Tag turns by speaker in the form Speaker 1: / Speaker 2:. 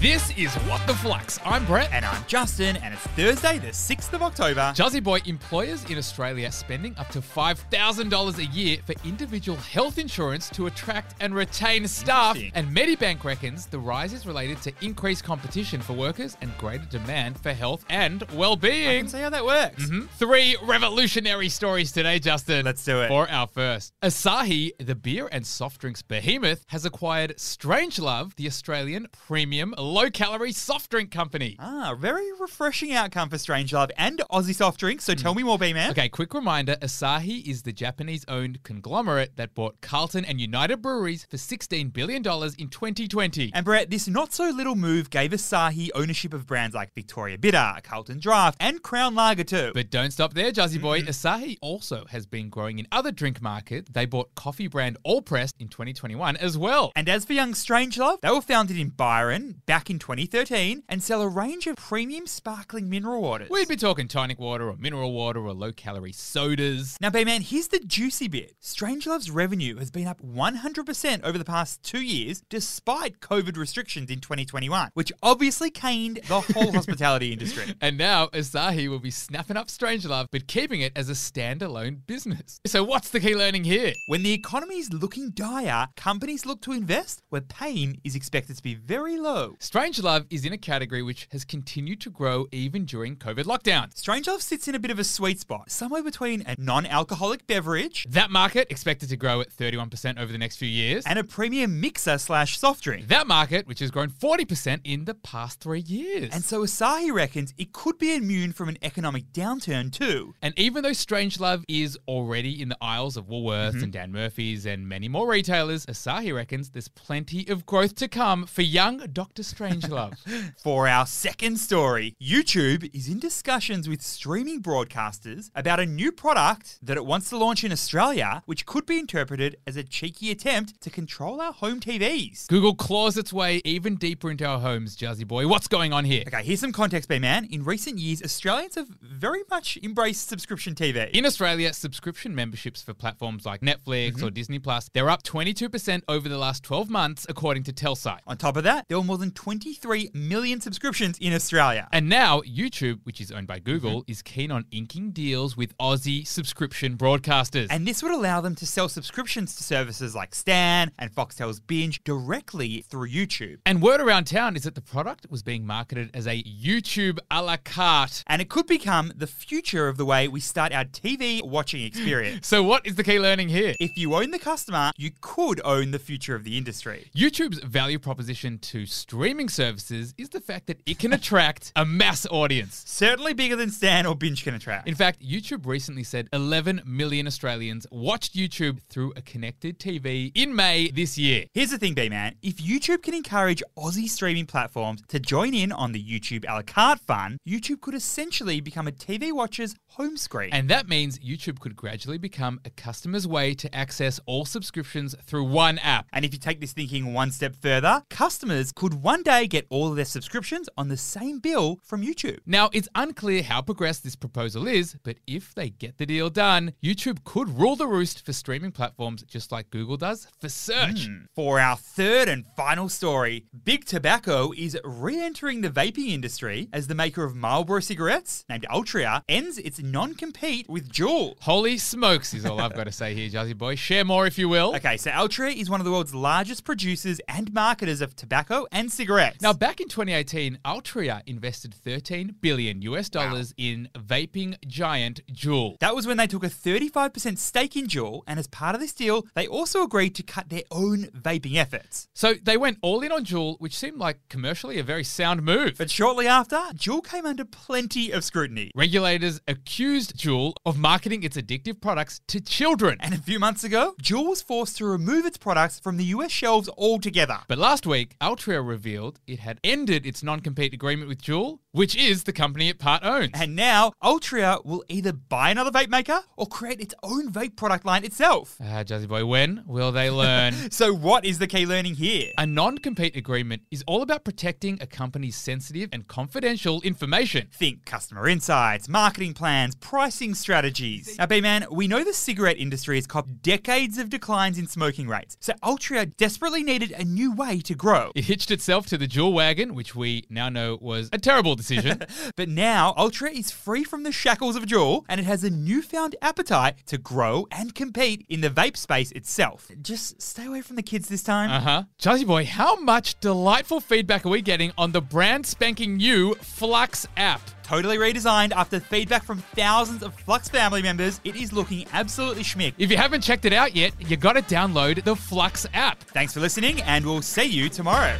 Speaker 1: This is What the Flux. I'm Brett.
Speaker 2: And I'm Justin, and it's Thursday, the 6th of October.
Speaker 1: Jazzy Boy, employers in Australia are spending up to $5,000 a year for individual health insurance to attract and retain staff. And
Speaker 2: Interesting.
Speaker 1: Medibank reckons the rise is related to increased competition for workers and greater demand for health and well
Speaker 2: I
Speaker 1: being.
Speaker 2: can see how that works.
Speaker 1: Mm-hmm. Three revolutionary stories today, Justin.
Speaker 2: Let's do it.
Speaker 1: For our first, Asahi, the beer and soft drinks behemoth, has acquired Strangelove, the Australian premium low calorie soft drink company.
Speaker 2: Ah, very refreshing outcome for Strange Love and Aussie soft drinks. So tell me more, B-Man.
Speaker 1: Mm. Okay, quick reminder Asahi is the Japanese owned conglomerate that bought Carlton and United Breweries for $16 billion in 2020.
Speaker 2: And Brett, this not so little move gave Asahi ownership of brands like Victoria Bitter, Carlton Draft, and Crown Lager too.
Speaker 1: But don't stop there, Jazzy Boy. Asahi also has been growing in other drink markets. They bought coffee brand All Press in 2021 as well.
Speaker 2: and as for Young Strangelove, they were founded in Byron back in 2013 and sell a range of premium sparkling mineral waters.
Speaker 1: We'd be talking tonic water or mineral water or low calorie sodas.
Speaker 2: Now, Bayman, here's the juicy bit. Strangelove's revenue has been up 100% over the past two years, despite COVID restrictions in 2021, which obviously caned the whole hospitality industry.
Speaker 1: And now Asahi will be snapping up Strangelove but keeping it as a standalone business. So, what's the key learning here?
Speaker 2: When the economy is looking dire, companies look to invest where pain is expected to be very low.
Speaker 1: Strangelove is in a category which has continued to grow even during COVID lockdowns.
Speaker 2: Strangelove sits in a bit of a sweet spot, somewhere between a non alcoholic beverage
Speaker 1: That market expected to grow at 31% over the next few years.
Speaker 2: and a premium mixer slash soft drink.
Speaker 1: that market, which has grown 40% in the past three years.
Speaker 2: And so Asahi reckons it could be immune from an economic downturn too,
Speaker 1: And even though Strangelove is already in the aisles of Woolworths
Speaker 2: Mm-hmm.
Speaker 1: and Dan Murphy's and many more retailers, Asahi reckons there's plenty of growth to come for young Dr. Strangelove.
Speaker 2: For our second story, YouTube is in discussions with streaming broadcasters about a new product that it wants to launch in Australia, which could be interpreted as a cheeky attempt to control our home TVs.
Speaker 1: Google claws its way even deeper into our homes, Jazzy Boy. What's going on here?
Speaker 2: Okay, here's some context, man. In recent years, Australians have very much embraced subscription TV.
Speaker 1: In Australia, subscription memberships for platforms like Netflix or Disney Plus, they're up 22% over the last 12 months according to Telsite.
Speaker 2: on top of that, there were more than 23 million subscriptions in Australia.
Speaker 1: And now YouTube, which is owned by Google, is keen on inking deals with Aussie subscription broadcasters.
Speaker 2: And this would allow them to sell subscriptions to services like Stan and Foxtel's Binge directly through YouTube.
Speaker 1: And word around town is that the product was being marketed as a YouTube a la carte.
Speaker 2: and it could become the future of the way we start our TV watching experience.
Speaker 1: So, what is the key learning here?
Speaker 2: if you own the customer, you could own the future of the industry.
Speaker 1: YouTube's value proposition to streaming services is the fact that it can attract a mass audience.
Speaker 2: Certainly bigger than Stan or Binge can attract.
Speaker 1: In fact, YouTube recently said 11 million Australians watched YouTube through a connected TV in May this year.
Speaker 2: Here's the thing, B man. If YouTube can encourage Aussie streaming platforms to join in on the YouTube a la carte fun, YouTube could essentially become a TV watcher's home screen.
Speaker 1: And that means YouTube could gradually become a customer's way to access all subscriptions through one app.
Speaker 2: And if you take this thinking one step further, customers could one day get all of their subscriptions on the same bill from YouTube.
Speaker 1: Now, it's unclear how progressed this proposal is, but if they get the deal done, YouTube could rule the roost for streaming platforms just like Google does for search.
Speaker 2: Hmm. For our third and final story, Big Tobacco is re entering the vaping industry as the maker of Marlboro cigarettes, named Altria, ends its non compete with Juul.
Speaker 1: Holy smokes is all I've got to say here, Jazzy Boy. Share more if you will.
Speaker 2: Okay, so Altria is one of the world's largest producers and marketers of tobacco and cigarettes.
Speaker 1: Now, back in 2018, Altria invested 13 billion US dollars in vaping giant Juul.
Speaker 2: that was when they took a 35% stake in Juul, and as part of this deal, they also agreed to cut their own vaping efforts.
Speaker 1: So they went all in on Juul, which seemed like commercially a very sound move.
Speaker 2: But shortly after, Juul came under plenty of scrutiny.
Speaker 1: Regulators accused Juul of marketing its addictive products to children.
Speaker 2: And a few months ago, Juul was forced to remove its products from the US shelves altogether.
Speaker 1: But last week, Altria revealed it had ended its non compete agreement with Juul which is the company it part owns.
Speaker 2: And now, Altria will either buy another vape maker or create its own vape product line itself.
Speaker 1: Ah, Jazzy Boy, when will they learn?
Speaker 2: So, what is the key learning here?
Speaker 1: A non compete agreement is all about protecting a company's sensitive and confidential information.
Speaker 2: Think customer insights, marketing plans, pricing strategies. Now, B Man, we know the cigarette industry has copped decades of declines in smoking rates, so Altria desperately needed a new way to grow.
Speaker 1: It hitched itself to the dual wagon, which we now know was a terrible decision.
Speaker 2: But now, Ultra is free from the shackles of Juul and it has a newfound appetite to grow and compete in the vape space itself. Just stay away from the kids this time.
Speaker 1: uh huh. Jazzy Boy, how much delightful feedback are we getting on the brand spanking new Flux app?
Speaker 2: Totally redesigned after feedback from thousands of Flux family members, it is looking absolutely schmick.
Speaker 1: If you haven't checked it out yet, you gotta download the Flux app.
Speaker 2: Thanks for listening, and we'll see you tomorrow.